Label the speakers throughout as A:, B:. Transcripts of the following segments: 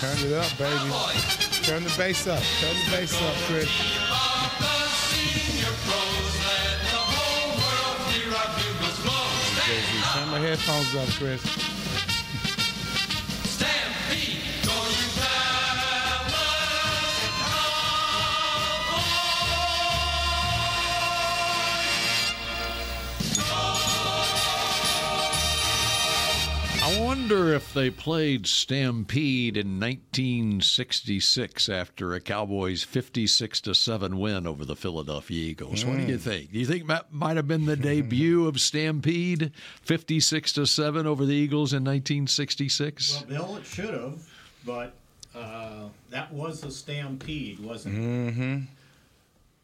A: Turn it up, baby. Turn the bass up. Turn the bass up, Chris. Baby, Turn my headphones up, Chris.
B: I wonder if they played Stampede in 1966 after a Cowboys 56 to 7 win over the Philadelphia Eagles. What do you think? Do you think that might have been the debut of Stampede 56 to 7 over the Eagles in 1966?
C: Well, Bill, it should have, but uh, that was a stampede, wasn't
D: Mm-hmm.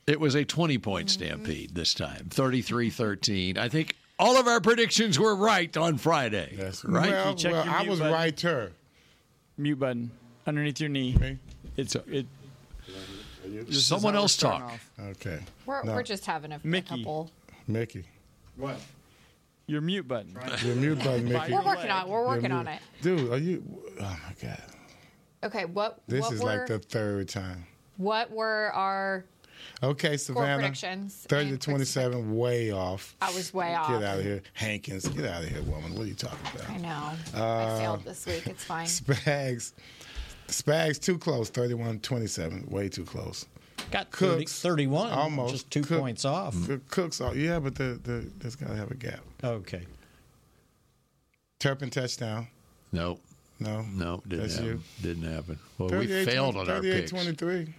C: it?
B: It was a 20 point stampede this time, 33 13. I think all of our predictions were right on Friday. right.
A: Well,
E: You check
A: well,
E: your
A: I
E: mute
A: was
E: button.
A: right her.
E: Mute button underneath your knee.
A: Okay.
E: It's it. just
B: Someone
E: is how
B: else
E: we're starting
B: talk.
E: off.
A: Okay.
F: We're,
A: No.
F: we're just having a, a
E: Mickey.
F: couple.
A: Mickey.
C: What?
E: Your mute button.
A: Your mute button, Mickey.
F: We're working on it. We're
A: Your
F: working on
A: mute-
F: it.
A: Dude, are you oh my God.
F: Okay, what
A: This
F: what
A: is
F: were
A: like the third time.
F: what were our
A: Okay,
F: score
A: Savannah.
F: predictions?
A: 30 to
F: and-
A: 27, way off.
F: I was way off.
A: Get out of here. Hankins, get out of here, woman. What are you talking about?
F: I know. I
A: Uh,
F: failed this week. It's fine.
A: Spags. Spags too close. 31-27. Way too close.
G: Got
A: Cooks.
G: 30, 31,
A: Almost.
G: just two
A: Cook-
G: points off.
A: The Cooks are yeah, but the, the there's gotta have a gap.
G: Okay.
A: Turpin touchdown.
B: No,
A: No.
B: no, didn't
A: That's
B: happen.
A: you.
B: Didn't happen. Well, we failed on our picks.
A: 38 23.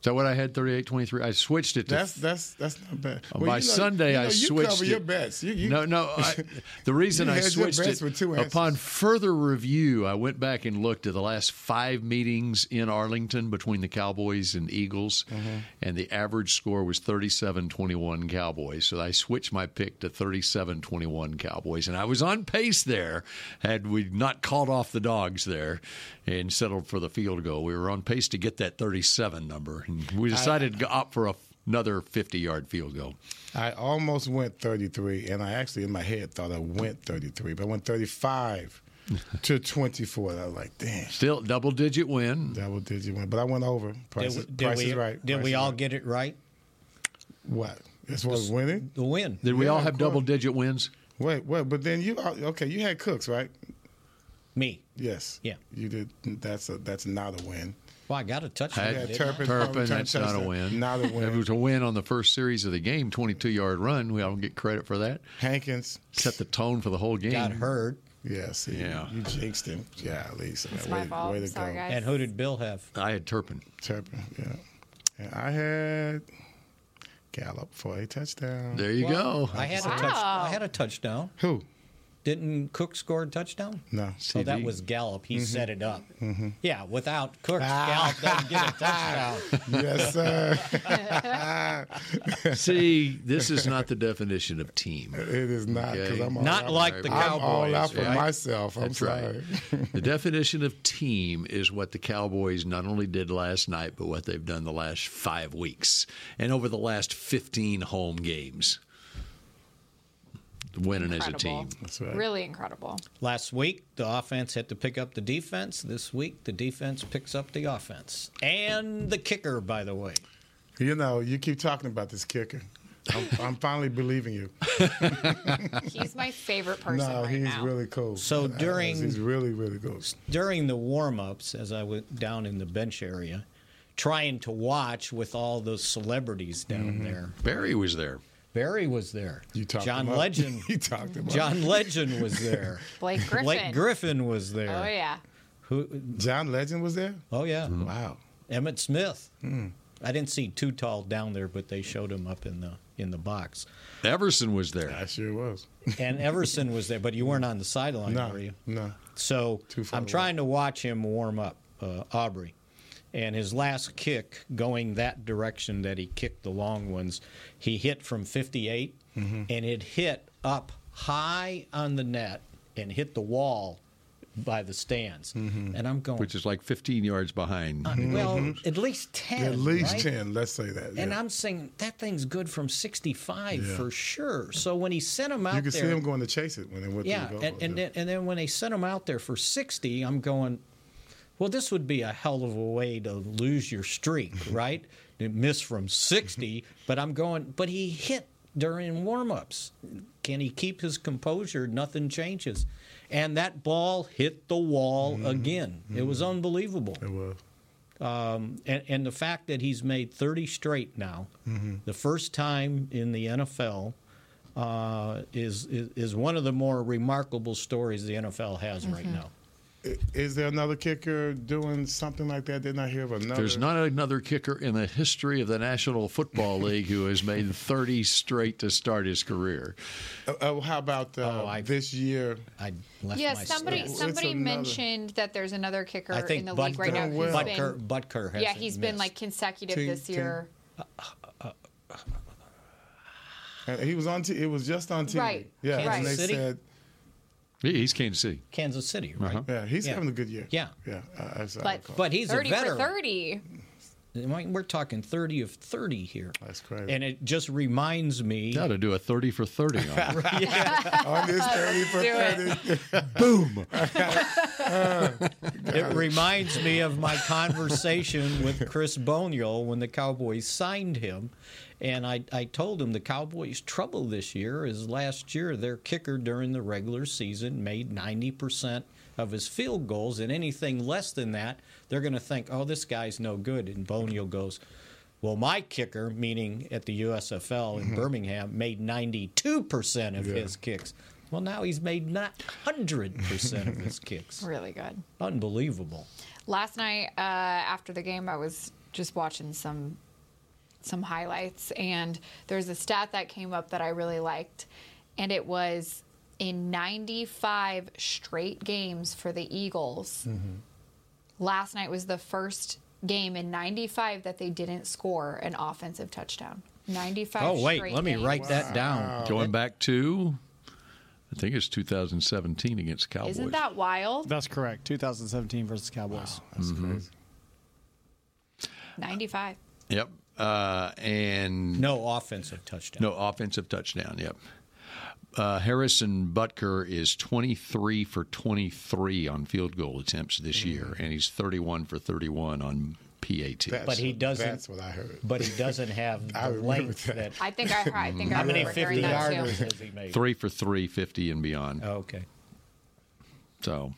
B: So what I had 38 23. I switched it to
A: That's that's that's not bad.
B: On
A: Well,
B: by
A: you know-
B: Sunday,
A: you know,
B: I
A: you
B: switched.
A: cover
B: it.
A: your bets. You, you,
B: no, no. I, the reason
A: You
B: I
A: had your
B: switched
A: bets
B: it
A: with two answers.
B: upon further review, I went back and looked at the last five meetings in Arlington between the Cowboys and Eagles,
A: Mm-hmm.
B: and the average score was 37-21 Cowboys. So I switched my pick to 37-21 Cowboys, and I was on pace there. Had we not called off the dogs there and settled for the field goal, we were on pace to get that 37 number, and we decided to opt for a, another 50-yard field goal.
A: I almost went 33, and I actually in my head thought I went 33, but I went 35 to 24. And I was like, damn,
B: Still double digit win.
A: double digit win. But I went over. Price,
G: did
A: is-
G: we, did
A: price
G: we,
A: is right.
G: Did
A: Price
G: we
A: is
G: all
A: right.
G: get it right?
A: what? This was winning.
G: The win.
B: Did we
A: Yeah,
B: all
A: of
B: have
A: course.
B: double digit wins?
A: Wait, wait. But then you uh, okay? You had Cooks, right?
G: Me.
A: Yes.
G: Yeah.
A: You did. That's a that's not a win.
G: Well, I got a touchdown.
B: I
A: Yeah,
G: didn't I?
A: Turpin.
B: Turpin,
A: Turpin,
B: that's not a
A: touchdown.
B: win.
A: Not a
B: It
A: win.
B: was a win on the first series of the game, 22 yard run. We all get credit for that.
A: Hankins.
B: Set the tone for the whole game.
G: got hurt.
A: Yeah. See,
B: Yeah.
A: You jinxed him. Yeah, at least.
F: It's my fault.
A: Way to
F: Sorry,
A: go.
F: guys.
G: And who did Bill have?
B: I had Turpin.
A: Turpin, yeah. And I had Gallup for a touchdown.
B: There you go.
G: I had a touch.
F: Wow.
G: I had a touchdown.
A: Who?
G: Didn't Cook score a touchdown?
A: No. E.
G: So that
B: CD.
G: was Gallup.
A: Mm-hmm.
G: He set it up. Yeah, without Cook, Gallup doesn't get a touchdown.
A: yes, sir.
B: See, this is not the definition of team.
A: It is not because
B: Okay.
A: I'm all
G: Not
A: out-
G: like the
A: I'm all
G: Cowboys,
A: out for
B: right?
A: myself. I'm
B: That's
A: sorry.
B: right. the definition of team is what the Cowboys not only did last night, but what they've done the last five weeks and over the last 15 home games. Winning as a
F: Incredible.
B: team.
A: That's right.
F: Really incredible.
G: Last week, the offense had to pick up the defense. This week, the defense picks up the offense. And the kicker, by the way.
A: You know, you keep talking about this kicker. I'm, I'm finally believing you.
F: He's my favorite person
A: No,
F: right
A: he's
F: now.
A: really cool.
G: So
A: I- I-
G: during-
A: he's really really cool.
G: during the warm-ups as i went down in the bench area trying to watch with all those celebrities down there
B: Barry was there.
G: barry was there
A: Mm-hmm. You talked
G: john
A: him up.
G: legend
A: You talked him up.
G: john legend was there
F: Blake Griffin.
G: blake griffin was there
F: Oh yeah.
G: Who,
A: John Legend was there.
G: oh yeah
A: Wow. Hmm.
G: emmett smith I didn't see too tall down there, but they showed him up in the in the box.
B: Everson was there.
A: I sure was.
G: And Everson was there, but you weren't on the sideline,
A: no,
G: were you?
A: no.
G: So
A: Too far
G: I'm
A: away.
G: trying to watch him warm up, uh, Aubrey. And his last kick, going that direction that he kicked the long ones, he hit from 58
A: Mm-hmm.
G: and it hit up high on the net and hit the wall by the stands.
A: Mm-hmm.
G: And I'm going,
B: Which is like 15 yards behind.
G: well, at least 10.
A: At least
G: right?
A: ten. Let's say that.
G: And
A: yeah.
G: I'm saying that thing's good from 65
A: Yeah.
G: for sure. So when he sent him out
A: You can
G: there,
A: see him going to chase it when it went. to
G: yeah,
A: the goal,
G: and, and, then, and then when they sent him out there for 60, I'm going, well, this would be a hell of a way to lose your streak, right? to miss from 60, but I'm going, but he hit during warm-ups. Can he keep his composure? Nothing changes. And that ball hit the wall again. It was unbelievable
A: Mm-hmm. it was.
G: and, and the fact that he's made 30 straight now,
A: Mm-hmm.
G: the first time in the NFL, uh, is, is is one of the more remarkable stories the NFL has right
F: Mm-hmm.
G: now.
A: I- Is there another kicker doing something like that? Didn't I hear of another?
B: There's not another kicker in the history of the National Football League who has made 30 straight to start his career.
A: Uh, uh, how about uh,
G: Oh, I-
A: this year?
G: I left
F: Yeah,
G: my
F: somebody
A: It's
F: somebody
A: another-
F: mentioned that there's another kicker
G: I think
F: in the
G: Bud-
F: league right now.
A: Doing
F: who's
A: well.
F: been-
G: Butker Butker has
F: yeah, he's been like consecutive
A: Team-
F: this
A: team.
F: year.
A: Uh, He was on. T- it was just on TV.
F: Right.
A: Yeah. And
F: Kansas
A: they
G: City?
A: said,
B: He- He's Kansas City.
G: Kansas City, right?
A: yeah, he's
G: Yeah.
A: having a good year.
G: Yeah.
A: Yeah. I- I saw
F: But-
A: that.
G: But he's
F: Thirty
G: a veteran.
F: for thirty.
G: I mean, We're talking 30 of 30 here.
A: That's crazy.
G: And it just reminds me.
B: Got to do a 30 for 30 on it.
A: on this thirty for
F: Do it.
A: thirty.
G: It reminds me of my conversation with Chris Bonial when the Cowboys signed him. And I, I told him the Cowboys' trouble this year is last year their kicker during the regular season made 90% of his field goals, and anything less than that, they're going to think, oh, this guy's no good. And Bonial goes, well, my kicker, meaning at the USFL in Birmingham, made 92% of his kicks. Well, now he's made not 100% of his kicks.
F: Really good.
G: Unbelievable.
F: Last night uh, after the game, I was just watching some some highlights, and there's a stat that came up that I really liked, and it was in 95 straight games for the Eagles. Last night was the first game in 95 that they didn't score an offensive touchdown. 95.
G: Oh wait,
F: straight
G: let me
F: games.
G: write that down.
B: Going back to, I think it's 2017 against Cowboys.
F: Isn't that wild?
E: That's correct. 2017 versus Cowboys.
A: That's crazy.
F: 95.
B: Yep. Uh, and
G: No offensive touchdown.
B: no offensive touchdown. Yep. Uh, Harrison Butker is 23 for 23 on field goal attempts this year, and he's 31 for 31 on PAT.
A: That's-
G: Mm-hmm. But he doesn't-
A: That's what I heard.
G: But he doesn't have
A: I
G: the
A: remember
G: length
A: that.
G: that.
F: I think I, I think I
G: How many
F: remember hearing
G: fifty
F: that
G: yarders
F: too.
G: has he made?
B: Three for three, 50 and beyond.
G: Oh, okay.
B: So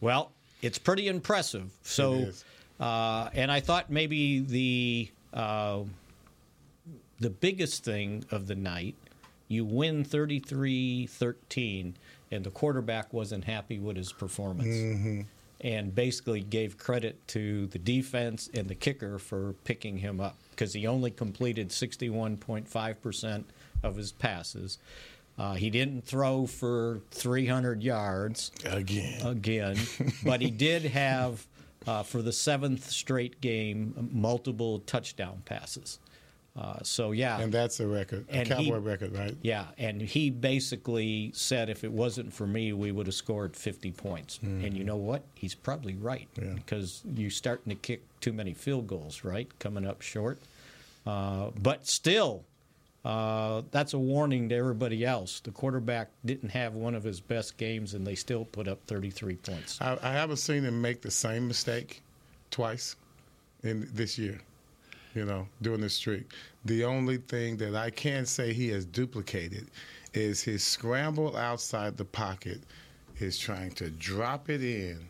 G: Well, it's pretty impressive. So,
A: is.
G: uh, and I thought maybe the uh, the biggest thing of the night, you win 33-13, and the quarterback wasn't happy with his performance, and basically gave credit to the defense and the kicker for picking him up because he only completed sixty one point five percent of his passes. Uh, he didn't throw for 300 yards
A: Again.
G: again, but he did have, uh, for the seventh straight game, multiple touchdown passes. Uh, so yeah,
A: and that's a record, a
G: And he-
A: cowboy record, right?
G: yeah, and he basically said, if it wasn't for me, we would have scored 50 points. And you know what? He's probably right
A: Mm. Yeah.
G: because you're starting to kick too many field goals, right? Coming up short. Uh, but still, uh, that's a warning to everybody else. The quarterback didn't have one of his best games, and they still put up 33 points.
A: I, I haven't seen him make the same mistake twice in this year. You know, during this streak. The only thing that I can say he has duplicated is his scramble outside the pocket, is trying to drop it in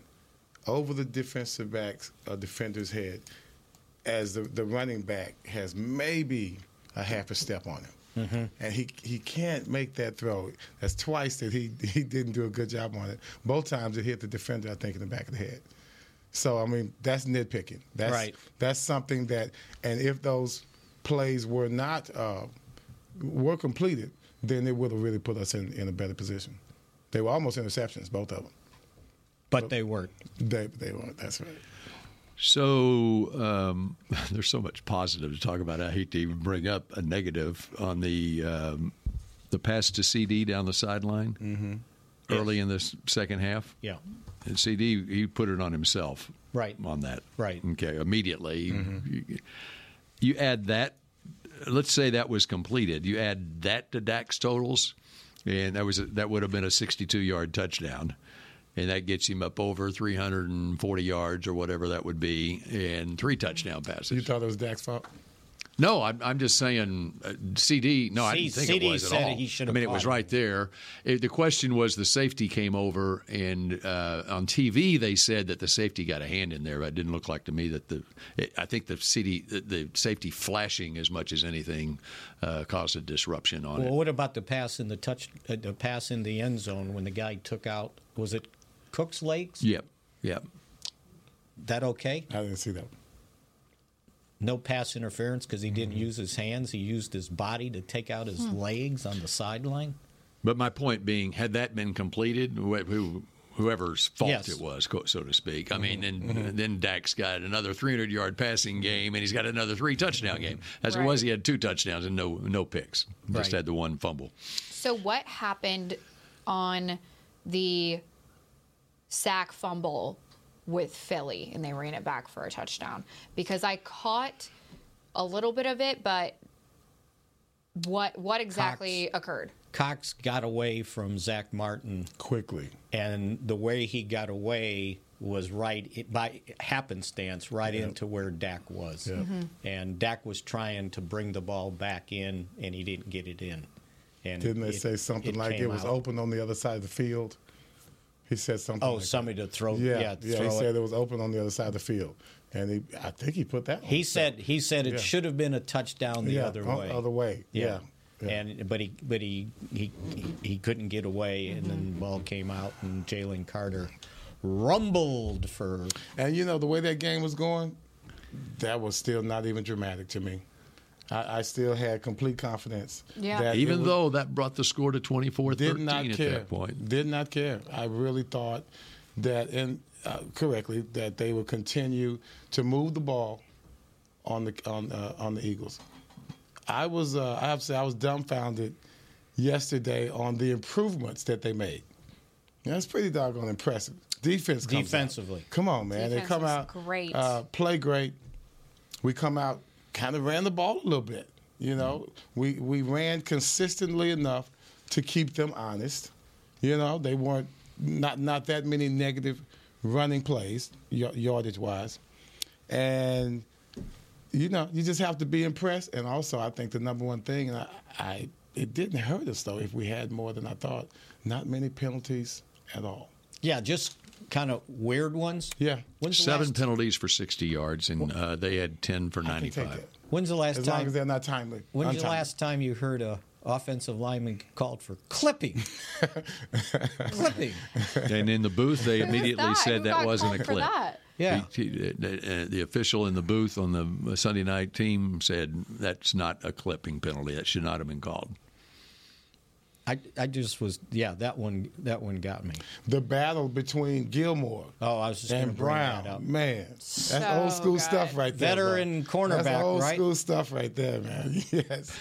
A: over the defensive back's uh, defender's head, as the, the running back has maybe a half a step on him. And he, he can't make that throw. That's twice that he, he didn't do a good job on it. Both times it hit the defender, I think, in the back of the head. So I mean, that's nitpicking. That's
G: Right.
A: that's something that, and if those plays were not uh, were completed, then it would have really put us in, in a better position. They were almost interceptions, both of them.
G: but they weren't.
A: They they were. That's right.
B: So um, there's so much positive to talk about. I hate to even bring up a negative on the um, the pass to CD down the sideline early in the s- second half.
G: Mm-hmm. Yeah.
B: And CD he put it on himself.
G: Right.
B: on that.
G: Right. Mm-hmm.
B: Okay. Immediately, you, you add that. Let's say that was completed. You add that to Dak's totals, and that was that would have been a 62-yard touchdown, and that gets him up over 340 yards or whatever that would be, and three touchdown passes.
A: You thought it was Dak's fault?
B: No, I'm, I'm just saying uh, CD. No, I I didn't
G: C-
B: think
G: CD
B: it was at
G: said
B: all.
G: he
B: I
G: should have
B: mean, it was
G: caught it.
B: right there. It- the question was the safety came over, and uh, on TV they said that the safety got a hand in there, but it didn't look like to me that the. It, I think the CD, the, the safety flashing as much as anything, uh, caused a disruption on
G: Well,
B: it.
G: what about the pass in the touch, uh, the pass in the end zone when the guy took out? Was it Cook's legs?
B: Yep, yep.
G: That okay?
A: I didn't see that. one.
G: No pass interference because he
A: Mm-hmm.
G: didn't use his hands. He used his body to take out his legs on the sideline.
B: But my point being, had that been completed, wh- who, whoever's fault
G: Yes. Mm-hmm.
B: it was, co- so to speak. I mean, then then Dak's got another 300 yard passing game, and he's got another three touchdown game. As it was,
F: Right.
B: he had two touchdowns and no no picks. Just
G: Mm-hmm. Right.
B: had the one fumble.
F: So what happened on the sack fumble with Philly and they ran it back for a touchdown? Because I caught a little bit of it, but what what exactly occurred?
G: Cox got away from Zach Martin,
A: Quickly,
G: and the way he got away was right it- by happenstance, right into where Dak was. And Dak was trying to bring the ball back in, and he didn't get it in. And
A: didn't they
G: it-
A: say something like
G: came
A: it was
G: out.
A: open on the other side of the field? He said something.
G: Oh,
A: like
G: somebody to throw.
A: that.
G: Yeah,
A: yeah, yeah.
G: throw
A: He
G: it.
A: said it was open on the other side of the field, and he, I think he put that. on
G: He
A: himself.
G: said he said it
A: Yeah.
G: should have been a touchdown the
A: yeah,
G: other
A: o-
G: way.
A: Other way, yeah. yeah.
G: And but he but he he he couldn't get away, and then the ball came out, and Jalen Carter rumbled for
A: And you know the way that game was going, that was still not even dramatic to me. I, I still had complete confidence.
F: Yeah.
A: that it
B: Even
A: was-
B: though that brought the score to 24
A: did
B: 13
A: not
B: at
A: care.
B: that point.
A: Did not care. I really thought that, and uh, correctly, that they would continue to move the ball on the on uh, on the Eagles. I was uh, I have to say I was dumbfounded yesterday on the improvements that they made. That's pretty doggone impressive. Defense comes out.
G: Defensively.
A: Come on, man. they
F: Defense
A: come
F: was
A: out
F: great.
A: Uh, play great. We come out kind of ran the ball a little bit. You know, we we ran consistently enough to keep them honest. You know, they weren't not not that many negative running plays yardage wise, and you know, you just have to be impressed. And also, I think the number one thing, and I, I it didn't hurt us though if we had more than I thought. Not many penalties at all.
G: yeah, just kind of weird ones.
A: Yeah.
G: When's the
B: Seven
G: last-
B: penalties for 60 yards, and uh, they had 10 for
A: I can take
B: 95.
A: that.
G: When's the last
A: As long
G: time?
A: as they're not timely.
G: when's the
A: Untimely.
G: last time you heard a offensive lineman called for clipping? clipping.
B: and in the booth, they immediately
F: that?
B: said
F: Who
B: that
F: got
B: wasn't a
F: called for
B: clip.
F: that?
G: Yeah.
B: He- he- uh, the official in the booth on the uh, Sunday night team said that's not a clipping penalty. That should not have been called.
G: I, I just was yeah that one that one got me.
A: The battle between Gilmore
G: Oh, I was just gonna
A: and
G: bring
A: Brown.
G: that up.
A: Man, that's
F: So
A: old school
F: good.
A: stuff right there.
G: Veteran
A: bro.
G: cornerback,
A: That's old
G: right?
A: school stuff right there, man. Yes.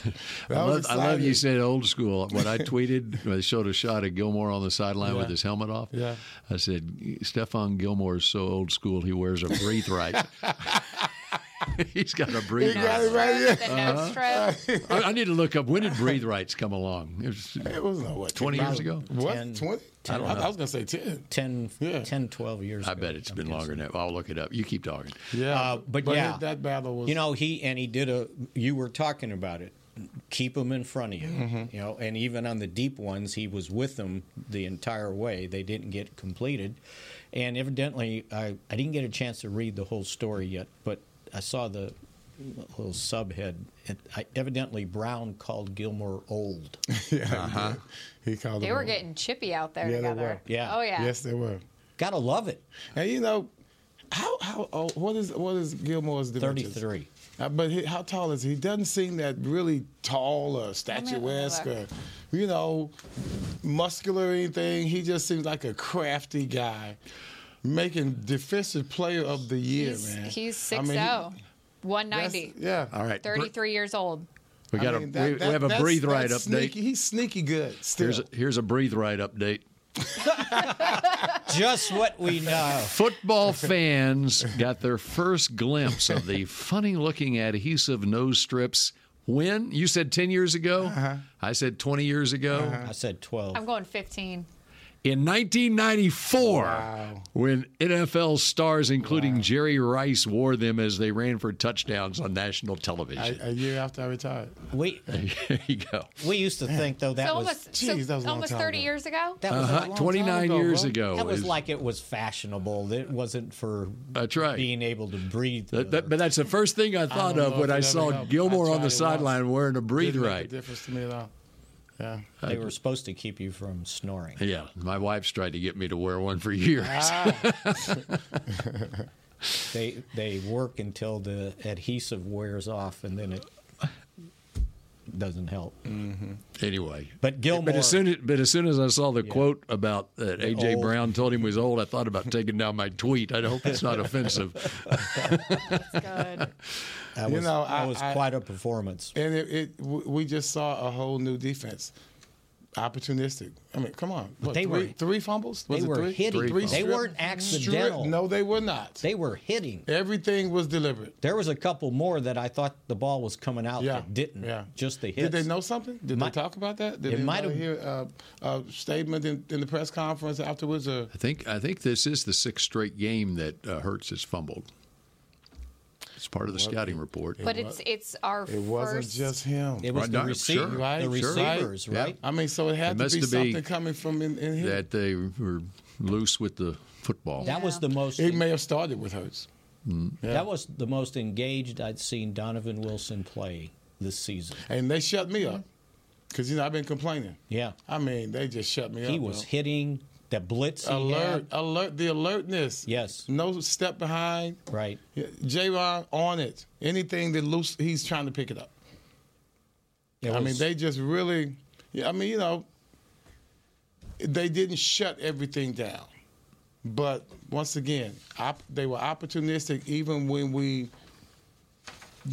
A: That
B: I love,
A: was
B: I love you
A: exciting.
B: said old school. When I tweeted, I showed a shot of Gilmore on the sideline with
A: Yeah.
B: his helmet off.
A: Yeah.
B: I said, Stefan Gilmore is so old school, he wears a breathe right. He's got a breathe
A: He got it
B: right.
A: right here. Uh-huh.
F: The nose strip.
B: I, I need to look up when did breathe rights come along? It was-
A: It was no what
B: 20 years ago?
G: Ten.
A: What twenty?
B: I don't know.
A: I was gonna say ten.
G: 10,
A: Yeah.
G: 10 12 years
B: I
G: ago,
B: bet it's
G: I'm
B: been
G: guessing.
B: longer than that. I'll look it up. You keep talking.
A: Yeah,
G: Uh, but,
A: it-
G: yeah,
A: that battle was.
G: You know, he and he did a. You were talking about it. Keep him in front of you.
A: Mm-hmm.
G: You know, and even on the deep ones, he was with them the entire way. They didn't get completed, and evidently, I I didn't get a chance to read the whole story yet, but I saw the little subhead. It, I, evidently, Brown called Gilmore old.
A: yeah, he
B: Uh-huh.
A: did. he called.
F: They were
A: them
F: oh,
A: all.
F: getting chippy out there
A: Yeah, they
F: together.
A: were.
G: Yeah.
F: Oh yeah.
A: Yes, they were.
G: Gotta love it.
A: And you know, How how old? What is what is Gilmore's dimensions?
G: 33.
A: Uh, but he, how tall is he? He doesn't seem that really tall or
F: me
A: statuesque or,
F: look.
A: you know, muscular or anything. He just seems like a crafty guy, making defensive player of the year,
F: he's, oh,
A: man.
F: he's
A: I
F: 6
A: mean, he-
F: 190,
A: that's- Yeah.
B: All right. Br-
F: 33 years old.
B: We got
A: I
B: a
A: mean,
B: we,
A: that-
B: we
A: that-
B: have a
A: that's-
B: breathe right
A: that's
B: update.
A: sneaky- he's sneaky good. Still.
B: Here's a, here's a breathe right update.
G: Just what we know.
B: Football fans got their first glimpse of the funny looking adhesive nose strips when you said 10 years ago.
A: Uh-huh.
B: I said 20 years ago.
G: I said 12.
F: I'm going 15.
B: In 1994,
A: Wow.
B: when NFL stars, including Jerry Rice, wore them as they ran for touchdowns on national television.
A: a, a year after I retired.
G: We
B: there you go.
G: we used to think though that
F: so
G: was
F: almost, so
A: geez, that was a long
F: almost
A: time
F: 30
A: ago.
F: years ago?
G: that was
B: Uh-huh.
G: a long
B: 29
A: ago,
B: years
A: bro.
B: ago.
G: That was
B: is-
G: like it was fashionable. It wasn't for
B: That's right.
G: being able to breathe.
B: That- that- but that's the first thing I thought
A: don't
B: of
A: know
B: when
A: if it
B: I
A: ever
B: saw
A: helped.
B: Gilmore
A: I
B: on the
A: tried it once.
B: sideline wearing a breathe
A: Didn't make a
B: right.
A: difference to me at all. Yeah.
G: they were supposed to keep you from snoring.
B: Yeah, my wife's tried to get me to wear one for years.
G: They they work until the adhesive wears off, and then it doesn't help.
B: Mm. Anyway,
G: But Gilmore,
B: But as soon as, but as soon as I saw the quote about that AJ
G: old.
B: Brown told him he was old, I thought about taking down my tweet. I hope it's not offensive.
F: That's good.
G: that
A: You
G: was,
A: know,
G: that
A: I-
G: was
A: I-
G: quite a performance.
A: And it, it w- we just saw a whole new defense. Opportunistic. I mean, come on. What,
G: they
A: three,
G: were-
A: three fumbles? Was
G: they
A: it
G: were
A: three?
G: hitting.
A: Three
G: They
A: strip-
G: weren't accidental.
A: Strip? No, they were not.
G: They were hitting.
A: Everything was deliberate.
G: There was a couple more that I thought the ball was coming out
A: Yeah.
G: that didn't.
A: Yeah.
G: Just the hits.
A: Did they know something? Did
G: Might-
A: they talk about that? Did
G: It
A: they
G: might have-
A: hear uh, a statement in, in the press conference afterwards? Or
B: I think I think this is the sixth straight game that uh, Hertz has fumbled. It's part of the scouting report.
F: But it's it's our
A: it wasn't
F: first
A: just him.
G: It was
B: Right,
G: the,
B: no,
G: receiver,
B: sure,
A: right,
G: the
A: sure.
G: receivers,
B: Yeah.
G: right?
A: I mean, so it
B: It
A: had to be
B: must have been
A: something coming from in, in him.
B: that they were loose with the football.
G: That was the most.
A: It may have started with Hurts.
G: That was the most engaged I'd seen Donovan Wilson play this season.
A: And they shut me up. Because, you know, I've been complaining.
G: Yeah,
A: I mean, they just shut me up.
G: he was
A: bro.
G: hitting the blitz. he had.
A: Alert, alert, the alertness.
G: Yes.
A: No step behind.
G: Right.
A: J Ron on it. Anything that loose, he's trying to pick it up.
G: It
A: I mean,
G: was-
A: they just really, yeah, I mean, you know, they didn't shut everything down. But once again, op- they were opportunistic even when we,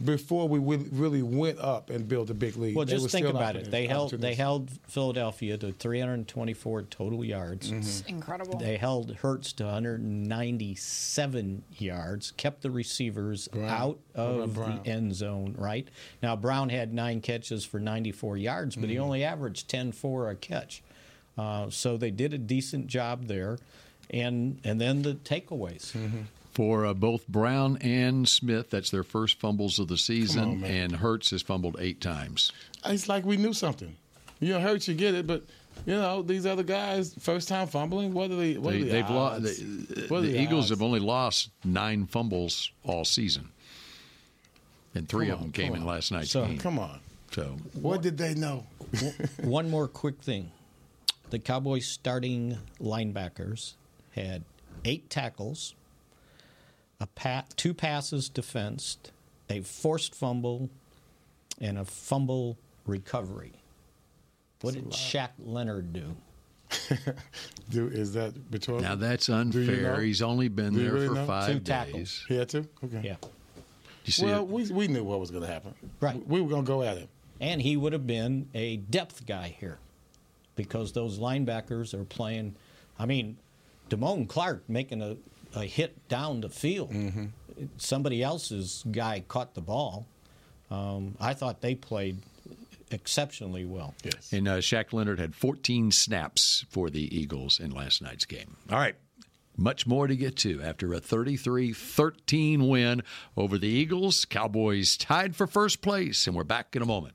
A: before we wi- really went up and built a big lead.
G: Well,
A: They were
G: just think
A: still
G: about it.
A: opportunis-
G: They held they
A: opportunistic.
G: held Philadelphia to 324 total yards.
A: Mm-hmm.
F: incredible.
G: They held Hertz to 197 yards, kept the receivers out of the
A: Brown?
G: end zone, right? Now, Brown had nine catches for 94 yards, but he only averaged 10 for a catch. Uh, so they did a decent job there. And, and then the takeaways.
B: For uh, both Brown and Smith, that's their first fumbles of the season, and Hertz has fumbled eight times.
A: It's like we knew something. You know, hurt you get it, but you know these other guys, first time fumbling. What are the what
B: They,
A: are the
B: they've lost.
A: odds?
B: The,
A: What are
B: the Eagles
A: odds?
B: have only lost nine fumbles all season, and three of them
A: on,
B: came
A: come
B: in
A: on.
B: last night's
G: So-
B: game.
A: Come on,
B: So
A: what did they know?
G: One more quick thing. The Cowboys starting linebackers had eight tackles, a pa- two passes defensed, a forced fumble, and a fumble recovery. What did Shaq Leonard do?
A: Do is that rhetorical?
B: now that's unfair.
A: know?
B: He's only been
A: Do you
B: there
A: really
B: for
A: know?
B: five
G: Two tackles.
B: days.
A: Here too. Okay.
G: Yeah.
B: You see,
A: Well,
B: it-
A: we, we knew what was going to happen.
G: Right.
A: We were going to go at him.
G: And he would have been a depth guy here because those linebackers are playing. I mean, Damone Clark making a, a hit down the field.
A: Mm-hmm.
G: Somebody else's guy caught the ball. Um, I thought they played exceptionally well.
A: Yes.
B: and uh, Shaq Leonard had 14 snaps for the Eagles in last night's game. All right. Much more to get to after a 33 13 win over the Eagles. Cowboys tied for first place, and we're back in a moment.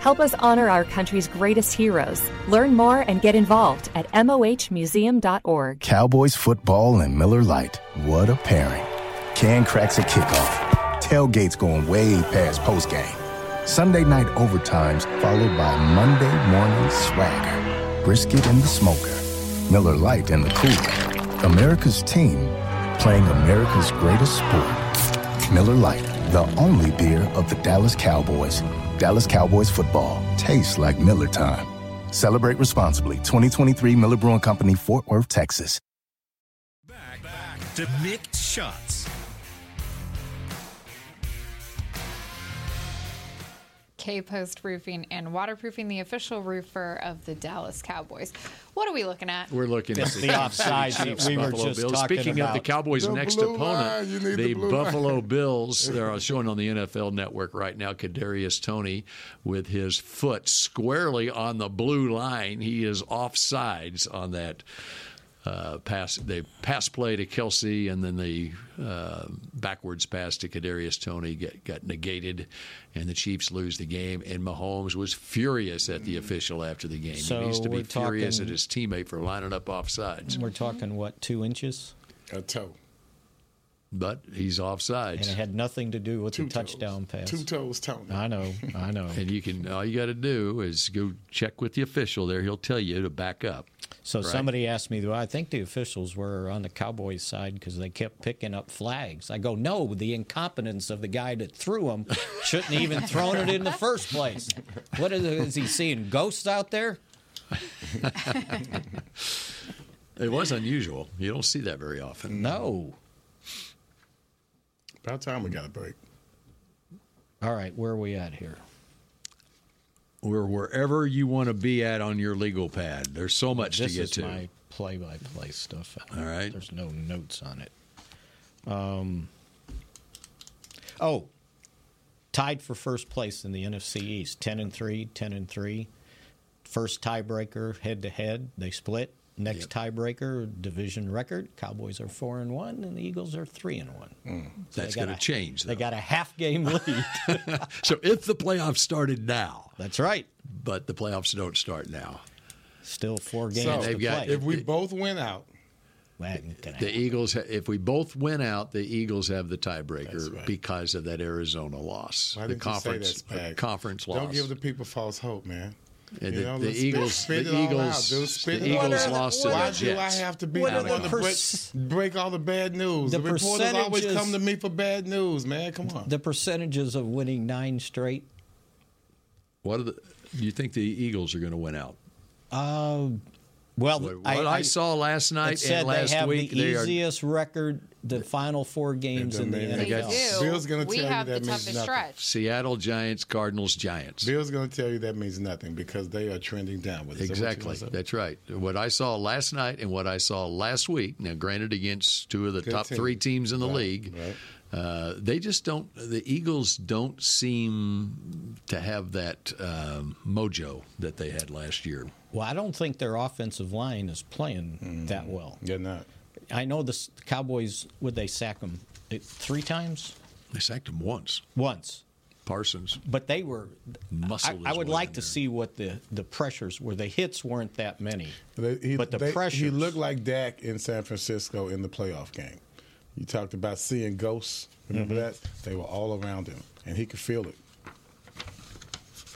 H: Help us honor our country's greatest heroes. Learn more and get involved at mohmuseum.org.
D: Cowboys football and Miller Lite. What a pairing. Can cracks a kickoff. Tailgates going way past postgame. Sunday night overtimes followed by Monday morning swagger. Brisket in the smoker. Miller Lite in the cooler. America's team playing America's greatest sport. Miller Lite, the only beer of the Dallas Cowboys. Dallas Cowboys football tastes like Miller time. Celebrate responsibly. 2023 Miller Brewing Company, Fort Worth, Texas.
I: to mixed shots.
F: K Post Roofing and Waterproofing, the official roofer of the Dallas Cowboys. What are we looking at?
B: We're looking
G: That's
B: at
G: the offsides that
B: Chiefs,
G: we were
B: Buffalo
G: just
B: Bills.
G: talking
B: Speaking of
G: about.
B: the Cowboys'
G: The
B: next
G: blue
B: opponent,
G: line, you need
B: the,
G: the blue line.
B: Buffalo Bills. They're showing on the NFL Network right now. Kadarius Tony with his foot squarely on the blue line. He is offsides on that. Uh, pass they pass play to Kelsey and then the uh, backwards pass to Kadarius Tony get, got negated and the Chiefs lose the game and Mahomes was furious at the official after the game.
G: So
B: he needs to be
G: we're
B: furious
G: talking-
B: at his teammate for lining up offsides.
G: We're talking what two inches,
A: a toe,
B: but he's offsides.
G: and it had nothing to do with the
A: toes.
G: touchdown pass.
A: two toes, Tony.
B: Uh-huh.
G: I know, I know.
B: And you can all you got to do is go check with the official there. He'll tell you to back up.
G: So
B: Right.
G: somebody asked me, "Do I think the officials were on the Cowboys' side because they kept picking up flags?" I go, "No, the incompetence of the guy that threw them shouldn't have even thrown it in the first place. What is, is he seeing ghosts out there?"
B: It was unusual. You don't see that very often.
G: No.
A: About time we got a break.
G: All right, where are we at here?
B: We're wherever you want to be at on your legal pad. There's so much
G: this
B: to get
G: is
B: to.
G: my play-by-play stuff.
B: All right.
G: There's no notes on it. Um, oh, tied for first place in the NFC East, 10 and 3, 10 and 3. First tiebreaker head to head, they split. Next tiebreaker, division record. Cowboys are 4 and 1 and the Eagles are 3 and 1. So
B: Mm. That's
G: they got
B: gonna
G: a-
B: change,
G: They
B: though.
G: got a half game lead.
B: so if the playoffs started now,
G: that's right.
B: But the playoffs don't start now.
G: Still four games
B: So-
G: to
B: They've got-
G: play.
A: If we both went out,
G: That ain't gonna
B: The
G: happen.
B: Eagles, ha- if we both win out, the Eagles have the tiebreaker because of that Arizona loss,
A: why
B: the
A: didn't you say that,
B: conference
A: Spag?
B: conference loss.
A: Don't give the people false hope, man.
B: Yeah,
A: You
B: the-
A: know,
B: the
A: let's-
B: Eagles-
A: let's spit
B: the
A: it all out,
B: Eagles-
A: dude. Spit
B: the
A: it all
B: Eagles
A: out.
B: lost to
A: Why
B: the
A: do I
B: Jets.
A: have to be
G: What
A: the
G: are the
A: one to break,
G: pers-
A: break all the bad news?
G: The
A: The, reporters always
G: percentages-
A: come to me for bad news, man. Come on.
G: the percentages of winning nine straight
B: what are the? You think the Eagles are going to win out?
G: Uh, well,
B: What I, saw last
G: it
B: night
G: said
B: and last
G: they have
B: week,
G: the
B: they are
G: easiest record the final four games in the
A: They
F: They
G: NFL.
F: do.
A: Bill's gonna
F: we
A: tell you
F: have
A: that
F: the
A: means
F: toughest
A: nothing.
F: stretch.
B: Seattle Giants, Cardinals, Giants.
A: Bill's going to tell you that means nothing because they are trending downward. Is that what you're
B: Exactly.
A: gonna say?
B: That's right. What I saw last night and what I saw last week, now granted against two of the
A: Good
B: top
A: team.
B: three teams in the
A: Right,
B: league,
A: right.
B: uh, they just don't, the Eagles don't seem to have that um, mojo that they had last year.
G: Well, I don't think their offensive line is playing
B: Mm.
G: that well.
A: You're not.
G: I know the s- Cowboys, would they sack them three times?
B: They sacked them once.
G: Once.
B: Parsons.
G: But they were
B: Muscle.
G: I, I would like to see what the, the pressures were. The hits weren't that many,
A: They- he-
G: but the
A: they- He
G: pressures.
A: looked like Dak in San Francisco in the playoff game. You talked about seeing ghosts. Remember
G: Mhm.
A: that? They were all around him, and he could feel it.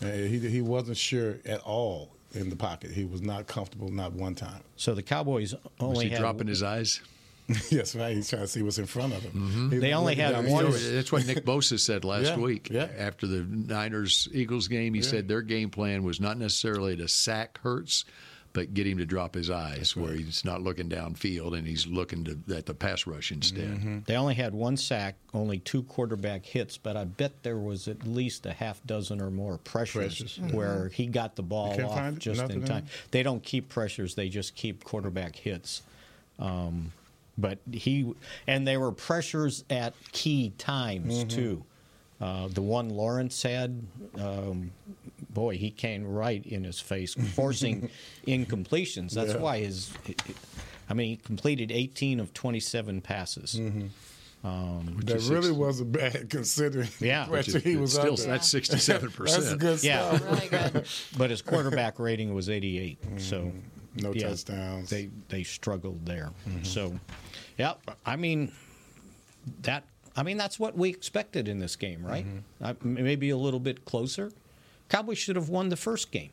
A: And he he wasn't sure at all in the pocket. He was not comfortable, not one time.
G: so the Cowboys only
A: he
G: had
A: dropping
B: his eyes.
A: yes, right. He's trying to see what's in front of him. He
G: Mm-hmm. They only
A: looked
G: had
A: down, he
G: one-
A: was-
B: That's what Nick Bosa said last
A: Yeah,
B: week after the Niners Eagles game. He
A: Yeah.
B: said their game plan was not necessarily to sack Hurts, but get him to drop his eyes where he's not looking downfield and he's looking to, at the pass rush instead.
A: Mm-hmm.
G: They only had one sack, only two quarterback hits, but I bet there was at least a half dozen or more pressures,
A: Pressures, yeah.
G: where he got the ball
A: can't
G: off
A: find it?
G: just
A: Nothing
G: in
A: in
G: time.
A: it?
G: They don't keep pressures; they just keep quarterback hits. Um, but he and there were pressures at key times
A: Mm-hmm.
J: Mhm.
G: too. Uh, the one Lawrence had, um, boy, he came right in his face, forcing incompletions. That's
J: Yeah.
G: why his, I mean, he completed 18 of 27 passes.
A: Mm-hmm.
G: Um,
A: That really wasn't bad considering
G: Yeah.
A: the
G: Which
A: pressure
G: is-
A: he
G: it's
A: was
G: still-
A: under.
G: that's 67%.
A: that's good
G: Yeah.
A: stuff.
G: Really good. but his quarterback rating was 88. So
A: Mm-hmm. No
G: yeah,
A: touchdowns. Mm-hmm.
G: They they struggled there. So, yeah, I mean that. I mean that's what we expected in this game, right?
A: Mm-hmm.
G: Uh, maybe a little bit closer. Cowboys should have won the first game.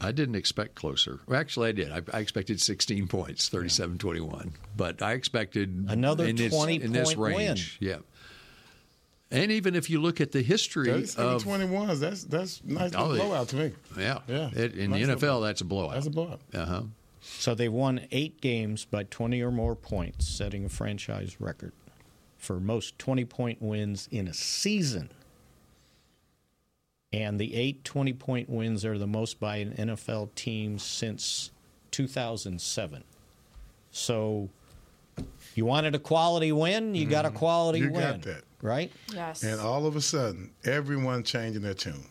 B: I didn't expect closer. Well, actually, I did. I, I expected 16 points, 37 21. But I expected
G: Another
B: in this,
G: 20
B: in this
G: point
B: range. Yeah. And even if you look at the history of
A: 21s. That's that's nice
B: Oh,
A: little
B: yeah.
A: blowout to me.
B: yeah,
A: Yeah.
B: It- in the
A: Nice
B: NFL,
A: little-
B: that's a blowout.
A: That's a blowout.
B: Uh huh.
G: So they won eight games by 20 or more points, setting a franchise record for most 20 point wins in a season. And the eight 20 point wins are the most by an NFL team since 2007. So you wanted a quality win, you got a quality
A: You
G: win.
A: got that.
G: Right?
F: Yes.
A: And all of a sudden, everyone changing their tune.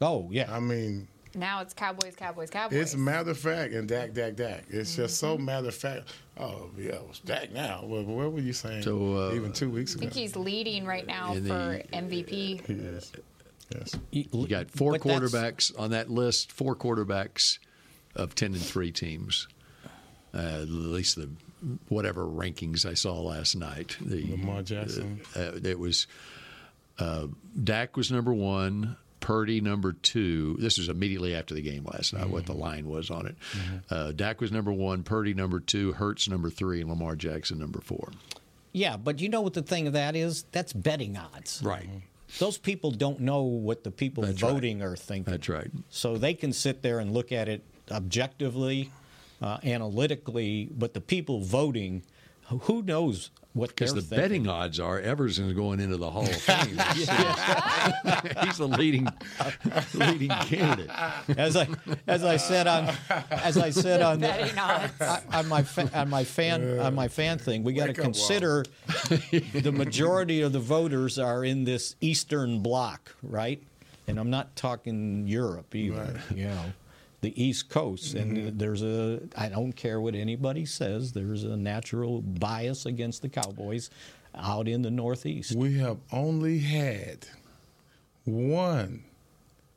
G: Oh yeah.
A: I mean,
F: Now it's Cowboys, Cowboys, Cowboys.
A: it's matter of fact and Dak, Dak, Dak. It's just so
F: Mm-hmm.
A: matter of fact. Oh yeah, it's Dak now. Well, what were you saying?
B: So, uh,
A: even two weeks
F: I
A: ago.
F: think he's leading right now
B: In the-
F: for MVP.
A: He is. Yes.
B: You got four
F: but that's-
B: quarterbacks on that list. Four quarterbacks of ten and three teams. Uh, at least the whatever rankings I saw last night. The,
A: Lamar Jackson.
B: Uh, uh, it was uh, Dak was number one. Purdy number two. This was immediately after the game last night. What the line was on it. Uh, Dak was number one. Purdy number two. Hertz number three, and Lamar Jackson number four.
G: Yeah, but you know what the thing of that is? That's betting odds.
B: Right.
G: Those people don't know what the people
B: right.
G: voting are thinking.
B: That's right.
G: So they can sit there and look at it objectively, uh, analytically, but the people voting, who knows what
B: Because
G: they're
B: the
G: thinking.
B: betting odds are Everson's going into the Hall of Fame. He's the leading leading candidate.
G: As I as I said on as I said on the-
J: Betting odds.
G: on my fa- on my fan on my fan thing, we got
J: Wake
G: to
J: up, Walt.
G: consider the majority of the voters are in this Eastern Bloc, right? And I'm not talking Europe either. You know, the East Coast,
J: Mm-hmm.
G: and there's a I don't care what anybody says. There's a natural bias against the Cowboys out in the Northeast.
A: We have only had one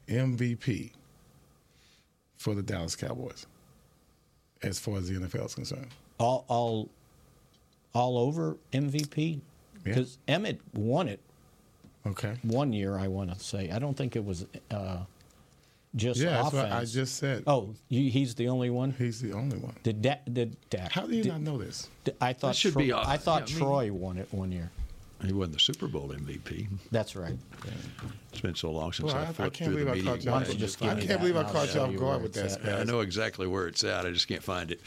A: MVP for the Dallas Cowboys, as far as the NFL is concerned.
G: all all all over MVP because Emmett won it.
A: Okay.
G: One year, I want to say. I don't think it was uh, just
A: yeah,
G: offense.
A: that's what I just said.
G: Oh, you, he's the only one.
A: He's the only one.
G: Did that? Did that?
A: How do you
G: did-
A: not know this?
G: did- I thought
B: That should
G: Troy,
B: be, uh,
G: I thought
B: yeah, I mean-
G: Troy won it one year.
B: He won the Super Bowl MVP.
G: That's right.
B: It's been so long since
A: Well,
B: I
A: I- I
B: flipped
A: can't
B: through the
A: believe I
B: media.
A: caught you off-
B: guide.
A: I just give me can't that believe I and I'll caught you show off you guard where with it's that, at. Spaz.
B: I know exactly where it's at. I just can't find it.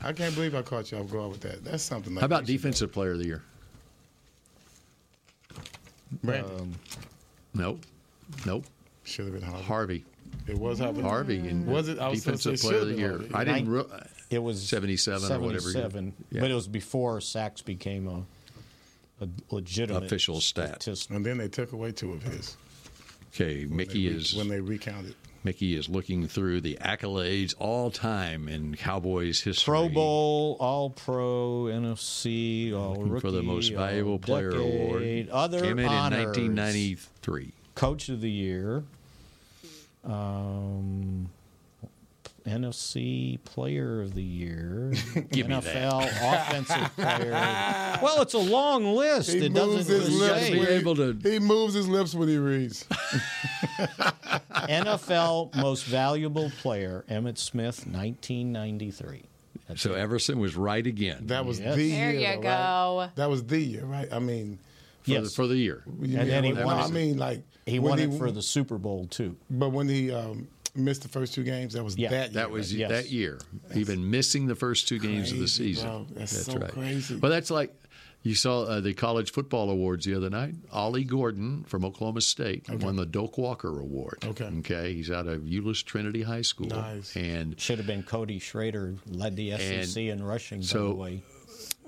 A: I can't believe I caught you off guard with that. That's something. Like
B: How about Defensive Player of the Year?
A: Brandon?
B: Nope. Nope.
A: Um, Should have been Harvey.
B: Harvey.
A: It was Harvey.
B: Harvey. and
A: Was it? I was supposed to
B: defensive
A: say
B: Player of the
A: should
B: Year.
A: have been
B: I
A: Harvey.
B: didn't. Re-
G: It was
B: seventy-seven or whatever. year.
G: Seventy-seven, but it was before sacks became a, a legitimate
B: Official stat.
A: And then they took away two of his.
B: Okay, Mickey
A: They re-
B: is
A: when they recounted.
B: Mickey is looking through the accolades all time in Cowboys history.
G: Pro Bowl, All Pro, NFC, All
B: Looking
G: Rookie,
B: for the most valuable
G: All
B: player award.
G: Decade, Other
B: Came in
G: honors,
B: in 1993.
G: Coach of the Year, um, NFC Player of the Year,
B: Give me
G: NFL
B: that.
G: Offensive Player. of- Well, it's a long list.
A: He
G: it
A: moves
G: doesn't
A: his
G: really
A: lips.
G: say.
A: When he, he moves his lips when he reads.
G: NFL Most Valuable Player, Emmett Smith, 1993.
B: So Everson was right again.
A: That was
G: Yes.
A: the
G: There
A: year.
G: you
A: though, right? That was the year, right? I mean,
B: for, the, for the year.
A: You mean- well, I mean, like
G: He
A: when
G: won it for the Super Bowl too.
A: But when he um, missed the first two games, that was that. Year,
B: That was
A: right?
B: that year. Even missing the first two games of the
A: crazy,
B: season.
A: bro. That's so crazy.
B: But that's like you saw uh, the college football awards the other night. Ollie Gordon from Oklahoma State won the Doak Walker Award. Okay. Okay. He's out of Euless Trinity High School.
G: Nice.
B: And
G: should have been Cody Schrader led the SEC in rushing. by
B: so-
G: the way,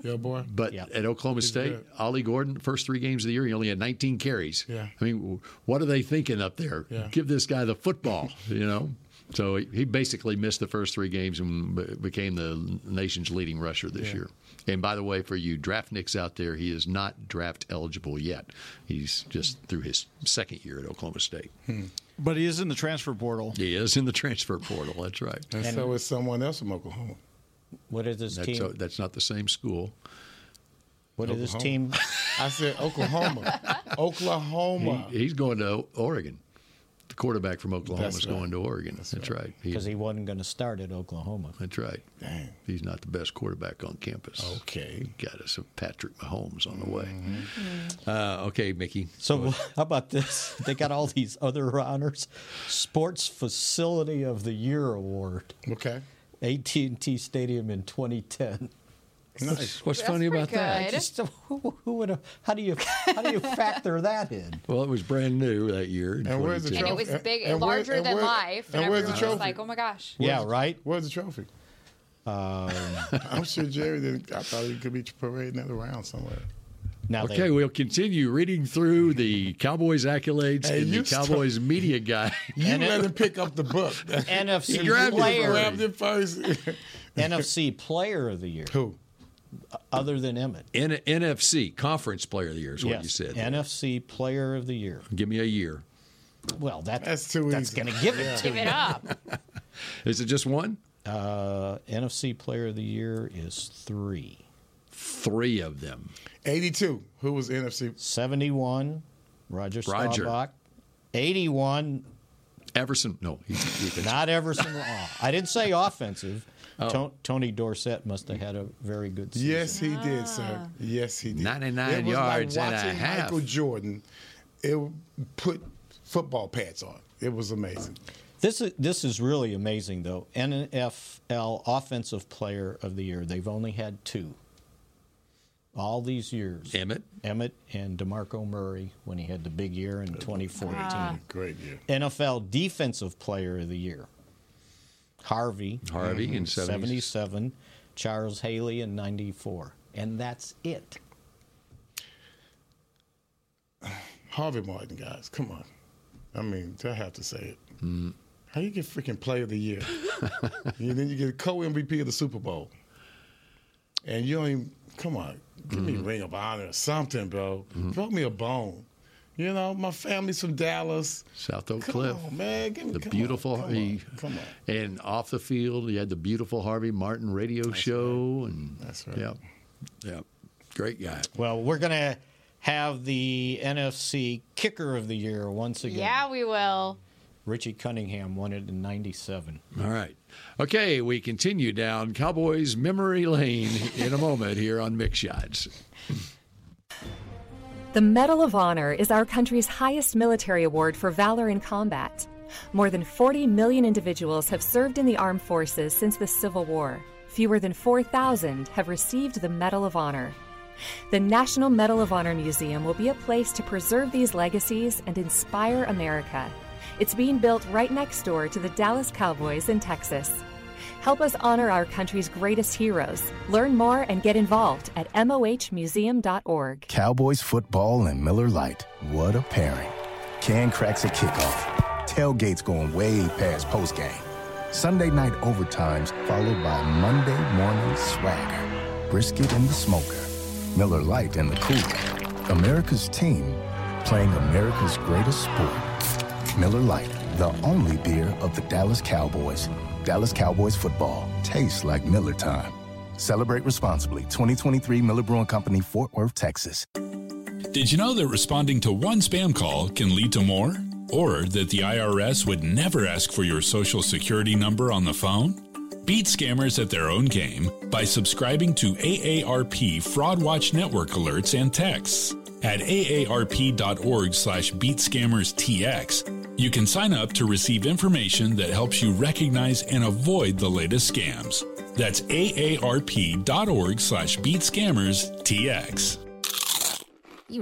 A: Yeah, boy.
B: But at Oklahoma
G: He's
B: State,
G: good.
B: Ollie Gordon, first three games of the year, he only had 19 carries.
A: Yeah.
B: I mean, w- what are they thinking up there?
A: Yeah.
B: Give this guy the football, you know? So he he basically missed the first three games and be- became the nation's leading rusher this
A: Yeah.
B: year. And by the way, for you draft nicks out there, he is not draft eligible yet. He's just through his second year at Oklahoma State.
E: But he is in the transfer portal.
B: He is in the transfer portal. That's right.
A: And, so is someone else from Oklahoma.
G: What is this
B: That's,
G: team?
B: uh, that's not the same school.
G: What is this
B: Oklahoma.
G: team?
A: I said Oklahoma. Oklahoma.
B: He, he's going to O- Oregon. The quarterback from Oklahoma
G: That's
B: is
G: right.
B: going to Oregon. That's, right. He-
G: Because he wasn't going to start at Oklahoma.
B: That's right. He's not the best quarterback on campus. Okay. Got us a Patrick Mahomes on the way. Uh, okay, Mickey.
G: So how about this? They got all these other honors: Sports Facility of the Year award.
A: Okay.
G: AT&T Stadium in 2010.
B: Nice. What's That's funny pretty about that?
G: I Just who, who would have, how do you how do you factor that in?
B: Well, it was brand new that year. in
A: And where's the
B: 22.
F: And it was big,
A: and where-
F: larger
A: and
F: than
A: where-
F: life. And,
A: and where's the
F: everyone was
A: trophy?
F: like, oh my gosh.
G: yeah, right. Um,
A: Where's the trophy? I'm sure Jerry didn't. I thought he could be parading that around somewhere.
G: Now
B: Okay, we'll continue reading through the Cowboys accolades
A: Hey,
B: and
A: you
B: the
A: start-
B: Cowboys media guide.
A: You let him pick up the book.
G: NFC
A: He grabbed it
G: player.
A: grabbed it first.
G: NFC Player of the Year.
A: Who?
G: Other than Emmett.
B: N- NFC, Conference Player of the Year is what you
G: Yes,
B: said.
G: NFC Player of the Year.
B: Give me a year.
G: Well, that,
A: that's too
G: That's
A: easy.
G: going to give it
A: Yeah.
G: to
A: Give
G: you.
A: it up.
B: Is it just one?
G: Uh, NFC Player of the Year is three.
B: Three of them.
A: 82. Who was NFC?
G: 71, Roger,
B: Roger.
G: Staubach. 81,
B: Everson. No, he's defense.
G: not Everson. Law. I didn't say offensive. Ton- Tony Dorsett must have had a very good season.
A: Yes, he did, sir. Yes, he did.
B: 99
A: It was
B: yards
A: like
B: and a
A: watching
B: half.
A: Michael Jordan. It put football pads on. It was amazing.
G: This is this is really amazing though. NFL Offensive Player of the Year. They've only had two. All these years.
B: Emmett.
G: Emmett and DeMarco Murray when he had the big year in 2014.
A: Ah. Great year.
G: NFL Defensive Player of the Year. Harvey.
B: Harvey
A: Mm-hmm.
B: in 70s.
G: 77. Charles Haley in 94. And that's it.
A: Harvey Martin, guys, come on. I mean, I have to say it.
B: Mm.
A: How you get freaking Player of the Year? and then you get co MVP of the Super Bowl, and you don't even come on. Give
B: Mm-hmm.
A: me a ring of honor or something, bro. Throw me a bone. You know, my family's from Dallas.
B: South Oak
A: Come
B: Cliff.
A: on, man. Give me
B: the
A: come on,
B: beautiful
A: come on,
B: he-
A: come on.
B: and off the field he had the beautiful Harvey Martin radio show and
A: that's right.
B: Yeah, yeah, great guy.
G: Well, we're going to have the NFC Kicker of the Year once again.
F: Yeah, we will.
G: Richie Cunningham won it in 97.
B: All right, okay, we continue down Cowboys memory lane in a moment here on Mix Shots.
H: The Medal of Honor is our country's highest military award for valor in combat. More than 40 million individuals have served in the armed forces since the Civil War. Fewer than 4,000 have received the Medal of Honor. The National Medal of Honor Museum will be a place to preserve these legacies and inspire America. It's being built right next door to the Dallas Cowboys in Texas. Help us honor our country's greatest heroes. Learn more and get involved at mohmuseum.org.
D: Cowboys football and Miller Lite. What a pairing. Can cracks a kickoff. tailgates going way past postgame. Sunday night overtimes followed by Monday morning swagger. Brisket in the smoker, Miller Lite in the cooler. America's team playing America's greatest sport. Miller Lite, the only beer of the Dallas Cowboys. Dallas Cowboys football tastes like Miller time. Celebrate responsibly. 2023 Miller Brewing Company, Fort Worth, Texas.
J: Did you know that responding to one spam call can lead to more? Or that the IRS would never ask for your social security number on the phone? Beat scammers at their own game by subscribing to AARP Fraud Watch Network alerts and texts. At aarp.org slash beatscammerstx, you can sign up to receive information that helps you recognize and avoid the latest scams. That's aarp.org slash beatscammerstx.
K: You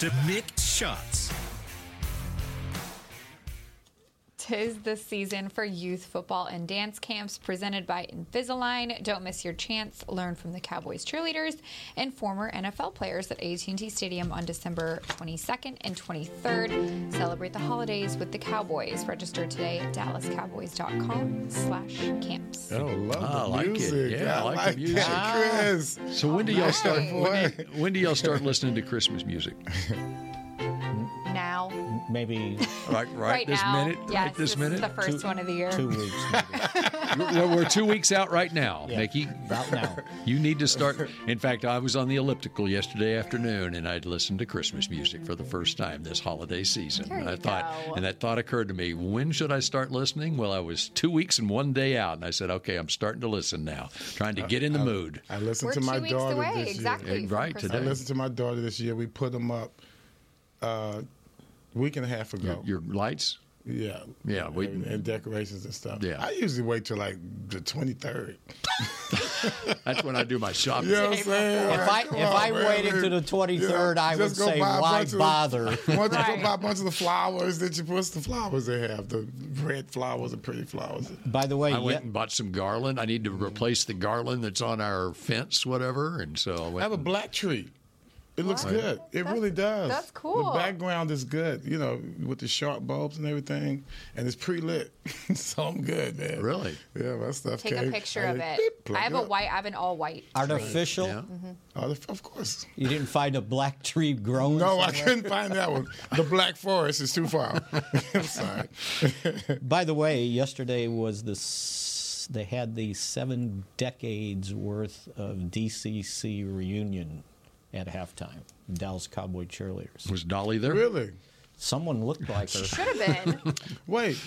L: To mixed shots.
F: Tis the season for youth football and dance camps presented by Invisalign. Don't miss your chance. Learn from the Cowboys cheerleaders and former NFL players at AT&T Stadium on December 22nd and 23rd. Celebrate the holidays with the Cowboys. Register today at dallascowboys.com slash camps.
A: Oh, love
B: I
A: the
B: like
A: music.
B: it. Yeah, I like, the music.
A: that, Chris.
F: Ah.
B: So when do y'all
A: Wow,
B: start? When
A: boy.
B: do, you- when do y'all start listening to Christmas music?
F: Now.
G: Maybe
B: Right, right,
F: Right
B: this
F: now.
B: minute.
F: Yes,
B: right this,
F: this is
B: minute.
F: the first Two- one of the year.
G: two weeks.
B: We're, we're two weeks out right now,
G: Yeah,
B: Mickey.
G: about now.
B: You need to start. In fact, I was on the elliptical yesterday afternoon, and I'd listened to Christmas music for the first time this holiday season.
F: There
B: And I
F: you
B: thought,
F: go.
B: and that thought occurred to me: when should I start listening? Well, I was two weeks and one day out, and I said, okay, I'm starting to listen now, trying to get in the mood.
A: I listened
F: We're
A: to my
F: two weeks
A: daughter
F: away,
A: this year.
F: exactly,
B: Yeah, from right, Christmas.
A: I
B: today.
A: listened to my daughter this year. We put them up a uh, week and a half ago.
B: Your lights.
A: yeah.
B: Yeah, we-
A: and, and decorations and stuff.
B: Yeah.
A: I usually wait till like the 23rd.
B: That's when I do my shopping.
A: You know what I'm saying?
G: If I-
A: Come
G: if I
A: man.
G: waited till the 23rd, I
A: just
G: would
A: go
G: say,
A: buy a
G: why
A: bunch of the-
G: bother?
A: Once you
G: Right.
A: go buy a bunch of the flowers that you what's the flowers they have? The red flowers and pretty flowers.
G: By the way,
B: I went
G: ye-
B: and bought some garland. I need to replace the garland that's on our fence, whatever. And so I
A: I
B: went.
A: have a black tree. It looks
B: Wow.
A: good. It really does.
F: that's cool.
A: The background is good, you know, with the sharp bulbs and everything, and it's pre lit, so I'm good, man.
B: Really?
A: Yeah, my stuff.
F: Take a
A: came-
F: picture
A: I
F: of
A: just
F: it.
A: plug
F: I have a
A: up.
F: white, I have an all white.
G: artificial.
A: Artif- Of course.
G: You didn't find a black tree growing.
A: No, I
G: somewhere?
A: couldn't find that one. The Black Forest is too far. I'm sorry.
G: By the way, yesterday was the s- they had the seven decades worth of DCC reunion at halftime. Dallas Cowboy cheerleaders.
B: Was Dolly there?
A: Really?
G: Someone looked like her.
F: Should have been.
A: Wait,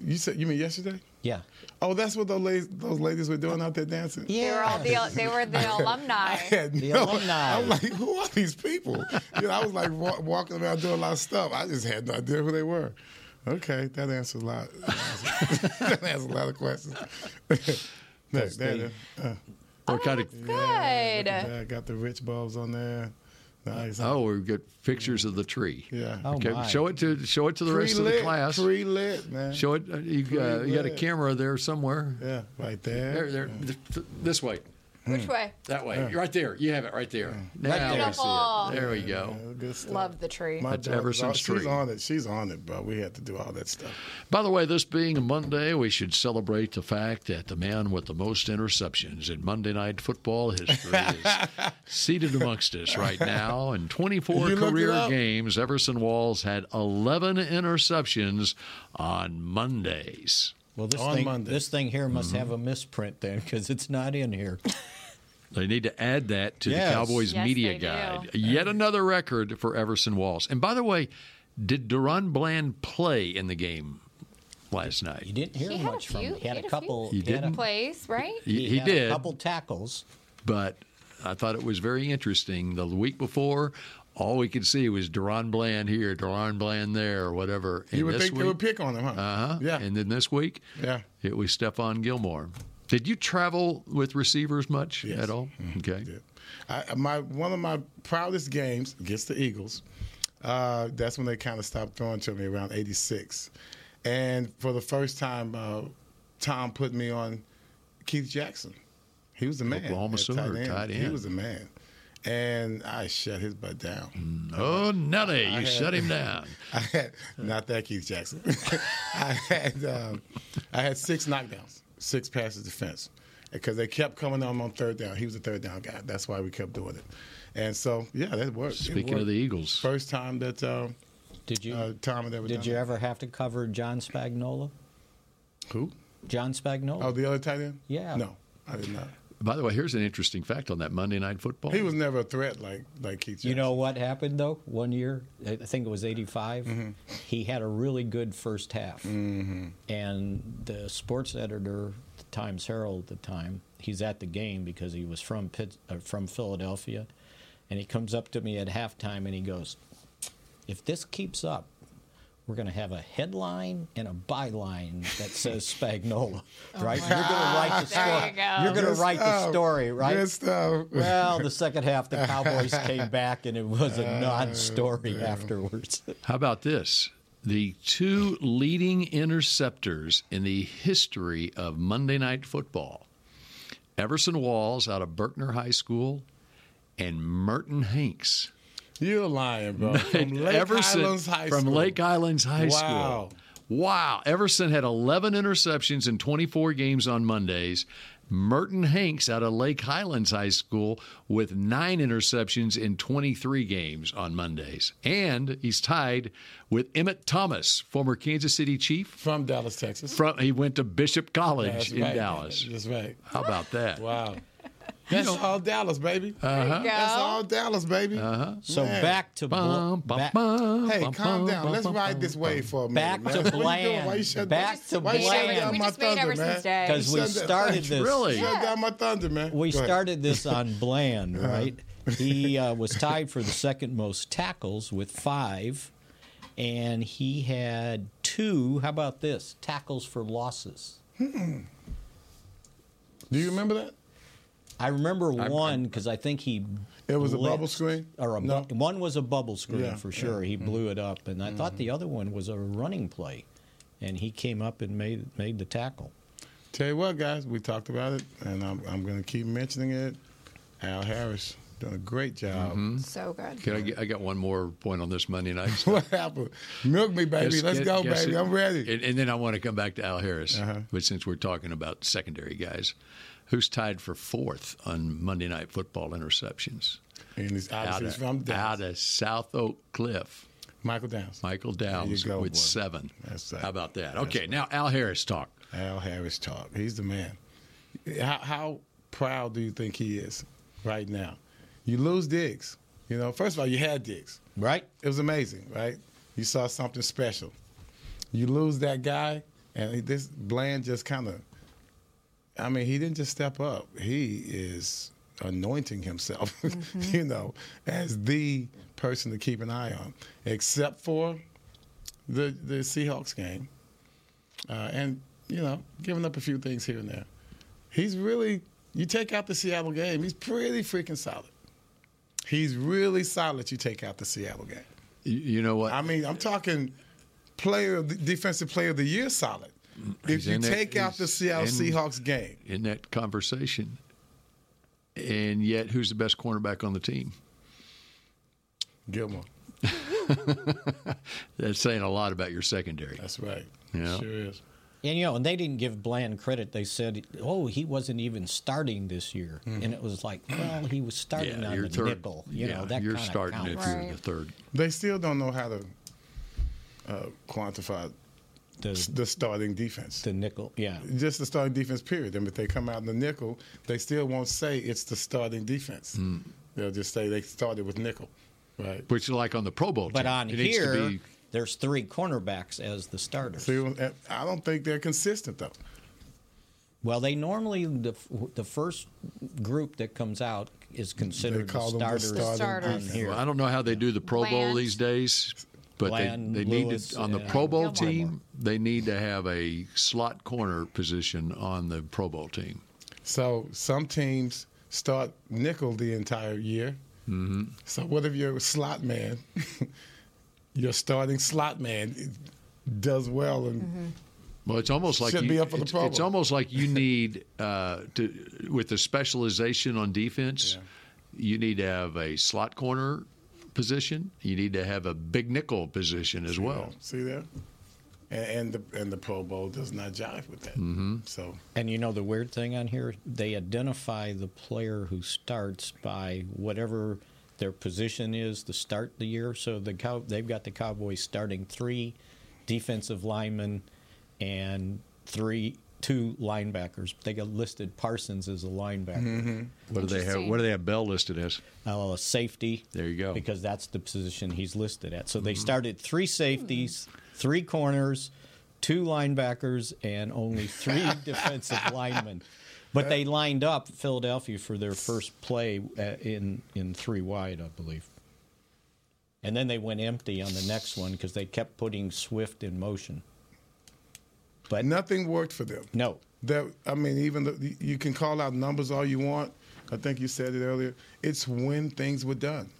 A: you said you mean yesterday?
G: Yeah.
A: Oh, that's what those ladies, those ladies were doing out there dancing.
F: They were all the they were the alumni.
A: had
G: The
A: no-
G: alumni.
A: I'm like, who are these people? You know, I was like wa- walking around doing a lot of stuff. I just had no idea who they were. Okay, that answers a lot. that answers a lot of questions. Look, there, it is. Uh,
B: what kind of?
F: Good.
A: yeah, I got the rich bulbs on there. Nice.
B: Oh, we've got pictures of the tree.
A: Yeah.
G: Oh
B: Okay,
G: my.
B: show it to show it to the rest of the
A: Pre-lit,
B: class.
A: Pre-lit, man.
B: Show it. uh, You, uh, you got a
A: Pre-lit.
B: camera there somewhere.
A: Yeah, right
B: There,
A: there.
B: there. th- th- This way.
F: Which way?
B: That way. Right there. You have it right there. Now we
F: Beautiful.
B: see it. There we go.
A: Yeah, good stuff.
F: Love the tree.
A: My
B: That's
A: daughter's
B: Everson's
A: all- She's
B: tree.
A: on it. She's on it, bro. We had to do all that stuff.
B: By the way, this being a Monday, we should celebrate the fact that the man with the most interceptions in Monday Night Football history is seated amongst us right now. In 24
A: You looked it
B: career
A: up?
B: games, Everson Walls had 11 interceptions on Mondays.
G: Well, this
A: On
G: thing
A: Monday.
G: this thing here must have a misprint then, because it's not in here.
B: They need to add that to
G: Yes.
B: the Cowboys
F: Yes,
B: media
F: they do.
B: guide. Yet another record for Everson Walls. And by the way, did Duran Bland play in the game last night?
G: You didn't hear
F: He had a
G: much from.
F: few-
G: Him. He had a
F: few
G: couple.
B: You
G: he had a-
B: didn't?
F: Place, right?
B: He, he
G: had
B: did.
G: a couple tackles.
B: but I thought it was very interesting. The week before, all we could see was Deron Bland here, Deron Bland there, or whatever.
A: You would think they would pick on him, huh?
B: Uh huh. Yeah. And then this week,
A: Yeah.
B: it was Stephon Gilmore. Did you travel with receivers much at all?
A: Mm-hmm.
B: Okay.
A: I, my one of my proudest games against the Eagles. Uh, that's when they kind of stopped throwing to me around '86, and for the first time, uh, Tom put me on Keith Jackson. He was the man.
B: Oklahoma
A: at
B: Sooner, tight
A: He
B: end.
A: was the man, and I shut his butt down.
B: Oh, Nelly,
A: I
B: you
A: had-
B: shut him down.
A: I had not that Keith Jackson. I had um, I had six knockdowns, six passes defense, because they kept coming on on third down. He was a third down guy. That's why we kept doing it. And so yeah, that worked. It
B: Speaking
A: worked.
B: of the Eagles,
A: first time that um,
G: did you
A: uh, Tom had ever
G: Did
A: done
G: you
A: that.
G: ever have to cover John Spagnola?
A: Who?
G: John Spagnola.
A: Oh, the other tight end.
G: Yeah.
A: No, I did not.
B: By the way, here's an interesting fact on that Monday Night Football.
A: He was never a threat like like Keith. Jackson.
G: You know what happened though? One year, I think it was '85. He had a really good first half, and the sports editor, the Times Herald at the time, he's at the game because he was from Pitt, uh, from Philadelphia, and he comes up to me at halftime and he goes, "If this keeps up." We're going to have a headline and a byline that says Spagnola, right? You're going to write the
A: There you
G: story.
A: go.
G: are going
A: Good
G: to write the
A: stuff.
G: story, right?
A: Good stuff.
G: Well, the second half, the Cowboys came back, and it was a non-story afterwards.
B: How about this? The two leading interceptors in the history of Monday Night Football Everson Walls out of Berkner High School and Merton Hanks.
A: You're lying, bro. From Lake Highlands High
B: from
A: School.
B: Lake Islands High
A: Wow.
B: School. Wow. Everson had 11 interceptions in 24 games on Mondays. Merton Hanks out of Lake Highlands High School with nine interceptions in 23 games on Mondays. And he's tied with Emmett Thomas, former Kansas City Chief.
A: From Dallas, Texas.
B: From, he went to Bishop College
A: That's
B: in
A: right.
B: Dallas.
A: That's right.
B: How about that?
A: Wow. That's all Dallas, baby.
B: Uh-huh.
A: That's all Dallas, baby.
B: Uh-huh.
G: So back to blo-
B: Bum, bum,
G: back-
B: bum,
A: Hey,
B: bum,
A: calm
B: bum,
A: down.
B: bum,
A: Let's
B: bum,
A: ride
B: bum,
A: this
B: bum.
A: wave for a minute.
G: Back
A: man.
G: to
A: What you doing? Why you
G: Bland.
A: shut
G: Back to
A: why you shutting
G: Bland.
A: down
G: We
A: my
G: just made
A: thunder, man?
G: Everson's day. 'Cause we
A: Shut down-
G: started this- Really?
A: Shut down my thunder, man.
G: We
A: Go ahead. Uh-huh.
G: started this on Bland, right? He uh, was tied for the second most tackles with five, and he had two. How about this tackles for losses?
A: Do you remember that?
G: I remember one because I think he.
A: It was a
G: blitzed-
A: bubble screen?
G: or a bu-
A: No.
G: one was a bubble screen
A: Yeah,
G: for
A: yeah.
G: sure. He blew it up, and I thought the other one was a running play, and he came up and made made the tackle.
A: Tell you what, guys, we talked about it, and I'm, I'm going to keep mentioning it. Al Harris done a great job.
B: Mm-hmm.
F: So good.
B: Can I, get, I got one more point on this Monday night. stuff.
A: What happened? Milk me, baby.
B: Guess-
A: Let's
B: guess-
A: go,
B: guess
A: baby.
B: it-
A: I'm ready.
B: And, and then I want to come back to Al Harris, but since we're talking about secondary guys, who's tied for fourth on Monday Night Football interceptions?
A: And he's obviously
B: out, of,
A: from Dallas.
B: out of South Oak Cliff,
A: Michael Downs.
B: Michael Downs
A: go,
B: with
A: boy.
B: seven.
A: That's right.
B: How about that? Okay, now Al Harris talk.
A: Al Harris talk. He's the man. How, how proud do you think he is right now? You lose Diggs. You know, first of all, you had Diggs.
G: Right.
A: It was amazing, right? You saw something special. You lose that guy, and this Bland just kind of, I mean, he didn't just step up. He is anointing himself, you know, as the person to keep an eye on, except for the, the Seahawks game uh, and you know, giving up a few things here and there. He's really, you take out the Seattle game, he's pretty freaking solid. He's really solid. You take out the Seattle game.
B: You, you know what?
A: I mean, I'm talking player, of the- defensive player of the year, solid.
B: He's
A: If you
B: in there.
A: take out the
B: He's
A: Seattle
B: in-
A: Seahawks game,
B: in that conversation, and yet who's the best cornerback on the team?
A: Gilmore.
B: That's saying a lot about your secondary.
A: That's right.
B: Yeah.
A: Sure is.
G: And you know, and they didn't give Bland credit. They said, "Oh, he wasn't even starting this year," and it was like, "Well, he was starting
B: Mm-hmm. Yeah,
G: on
B: your
G: the
B: third.
G: nickel." You
B: yeah,
G: know, that
B: you're
G: kinda
B: starting if
G: counts.
B: you're the third.
A: They still don't know how to uh, quantify
G: The-
A: the starting defense.
G: the nickel. Yeah,
A: just the starting defense period. And if they come out in the nickel, they still won't say it's the starting defense.
B: Mm.
A: They'll just say they started with nickel, right?
B: Which, like on the Pro Bowl,
G: but
B: team,
G: on
B: it needs to
G: here,
B: be-
G: there's three cornerbacks as the starters.
A: See, eh, I don't think they're consistent though.
G: Well, they normally the the first group that comes out is considered
A: They call
G: the
A: them the
G: starters,
A: starting
G: on here.
B: Well, I don't know how they do the Pro Bowl
G: Bland.
B: these days, but
G: Bland,
B: they, they need
G: Lewis, uh,
B: to, on the
G: and
B: Pro Bowl
G: Gilmore.
B: team, they need to have a slot corner position on the Pro Bowl team.
A: So some teams start nickel the entire year. Mm-hmm. So what if your slot man, your starting slot man, does well and
B: Well, it's almost like
A: Should
B: you,
A: be up for the
B: it's,
A: Pro Bowl.
B: it's almost like you need uh, to with the specialization on defense, you need to have a slot corner position. You need to have a big nickel position as well.
A: see there? And, and the and the Pro Bowl does not jive with that. So
G: And you know the weird thing on here, they identify the player who starts by whatever their position is to start the year. So the cow they've got the Cowboys starting three defensive linemen and three two linebackers. They got listed Parsons as a linebacker.
B: What do they have? What do they have Bell listed as?
G: Uh, safety.
B: There you go. Mm-hmm.
G: Because that's the position he's listed at. So they started three safeties, three corners, two linebackers, and only three defensive linemen. But they lined up Philadelphia for their first play uh, in in three wide, I believe. And then they went empty on the next one because they kept putting Swift in motion. But
A: nothing worked for them.
G: No.
A: That I mean, even though you- you can call out numbers all you want. I think you said it earlier. It's when things were done.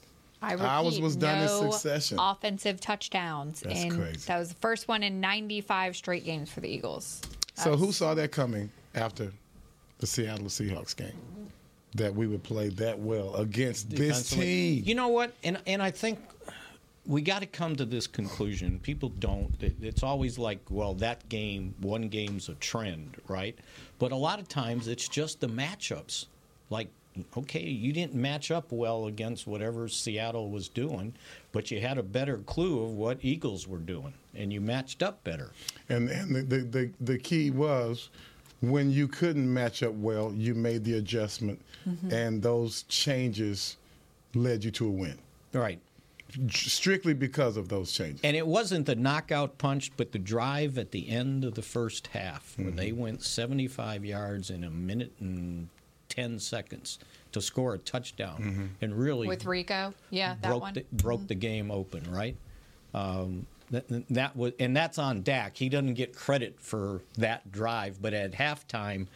F: I repeat,
A: Ours was done in
F: no
A: succession.
F: Offensive touchdowns.
A: That's
F: and
A: crazy.
F: That was the first one in 95 straight games for the Eagles.
A: So who saw that coming after the Seattle Seahawks game? That we would play that well against this
G: defensively.
A: team.
G: You know what? And and I think we got to come to this conclusion. People don't. It- It's always like, well, that game, one game's a trend, right? But a lot of times, it's just the matchups. Like, okay, you didn't match up well against whatever Seattle was doing, but you had a better clue of what Eagles were doing, and you matched up better.
A: And and the, the, the, the key was when you couldn't match up well, you made the adjustment,
G: Mhm.
A: and those changes led you to a win.
G: Right.
A: Strictly because of those changes.
G: And it wasn't the knockout punch, but the drive at the end of the first half where they went 75 yards in a minute and 10 seconds to score a touchdown and really
F: With Rico. Yeah, that
G: broke
F: one. Mm-hmm.
G: the, broke the game open, right? Um, that, that was, and that's on Dak. He doesn't get credit for that drive, but at halftime,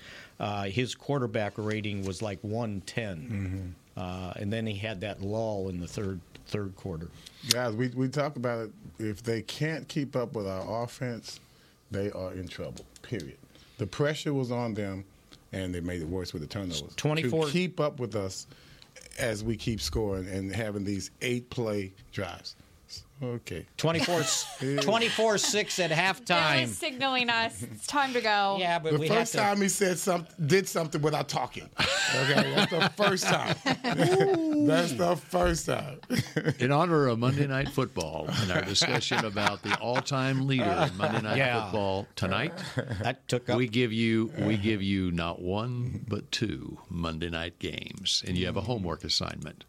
G: uh, his quarterback rating was like 110, uh, and then he had that lull in the third third quarter.
A: Guys, we, we talk about it. If they can't keep up with our offense, they are in trouble, period. The pressure was on them, and they made it worse with the turnovers.
G: 24
A: To keep up with us as we keep scoring and having these eight play drives. Okay.
G: 24, 24 6 at
F: That
G: halftime.
F: was signaling us it's time to go.
G: Yeah,
A: The first time he said something, did something without talking. Okay, that's the first time. that's the first time.
B: in honor of Monday Night Football and our discussion about the all-time leader in Monday Night
G: Yeah.
B: Football tonight,
G: that took up.
B: we give you we give you not one but two Monday night games, and you have a homework assignment.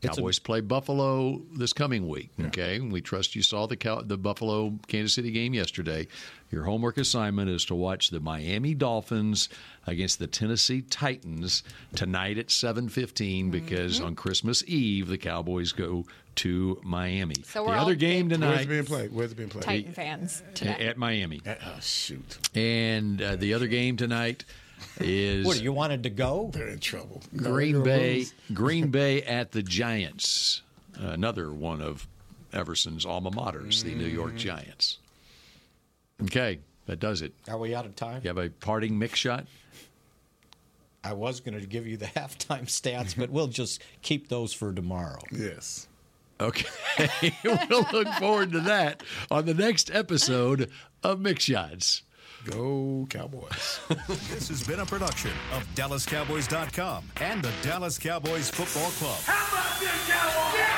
G: It's a-
B: Cowboys play Buffalo this coming week. Okay, we trust you saw the Cow- the Buffalo Kansas City game yesterday. Your homework assignment is to watch the Miami Dolphins against the Tennessee Titans tonight at seven because on Christmas Eve the Cowboys go to Miami.
F: So
B: the
F: we're
B: other
F: all
B: game
F: big
B: tonight
A: Where's it being played? Where's it being played?
F: Titan fans.
B: at,
F: Today.
B: Miami.
A: Oh, shoot.
B: And uh, the other game tonight is
G: What, you wanted to go?
A: They're in trouble.
B: Green Bay. Green Bay at the Giants. Another one of Everson's alma maters, the New York Giants. Okay, that does it.
G: Are we out of time?
B: You have a parting mix shot.
G: I was going to give you the halftime stats, but we'll just keep those for tomorrow.
A: Yes.
B: Okay, we'll look forward to that on the next episode of Mix Shots.
A: Go Cowboys.
L: this has been a production of DallasCowboys.com and the Dallas Cowboys Football Club.
M: How about this, Cowboys? Yeah!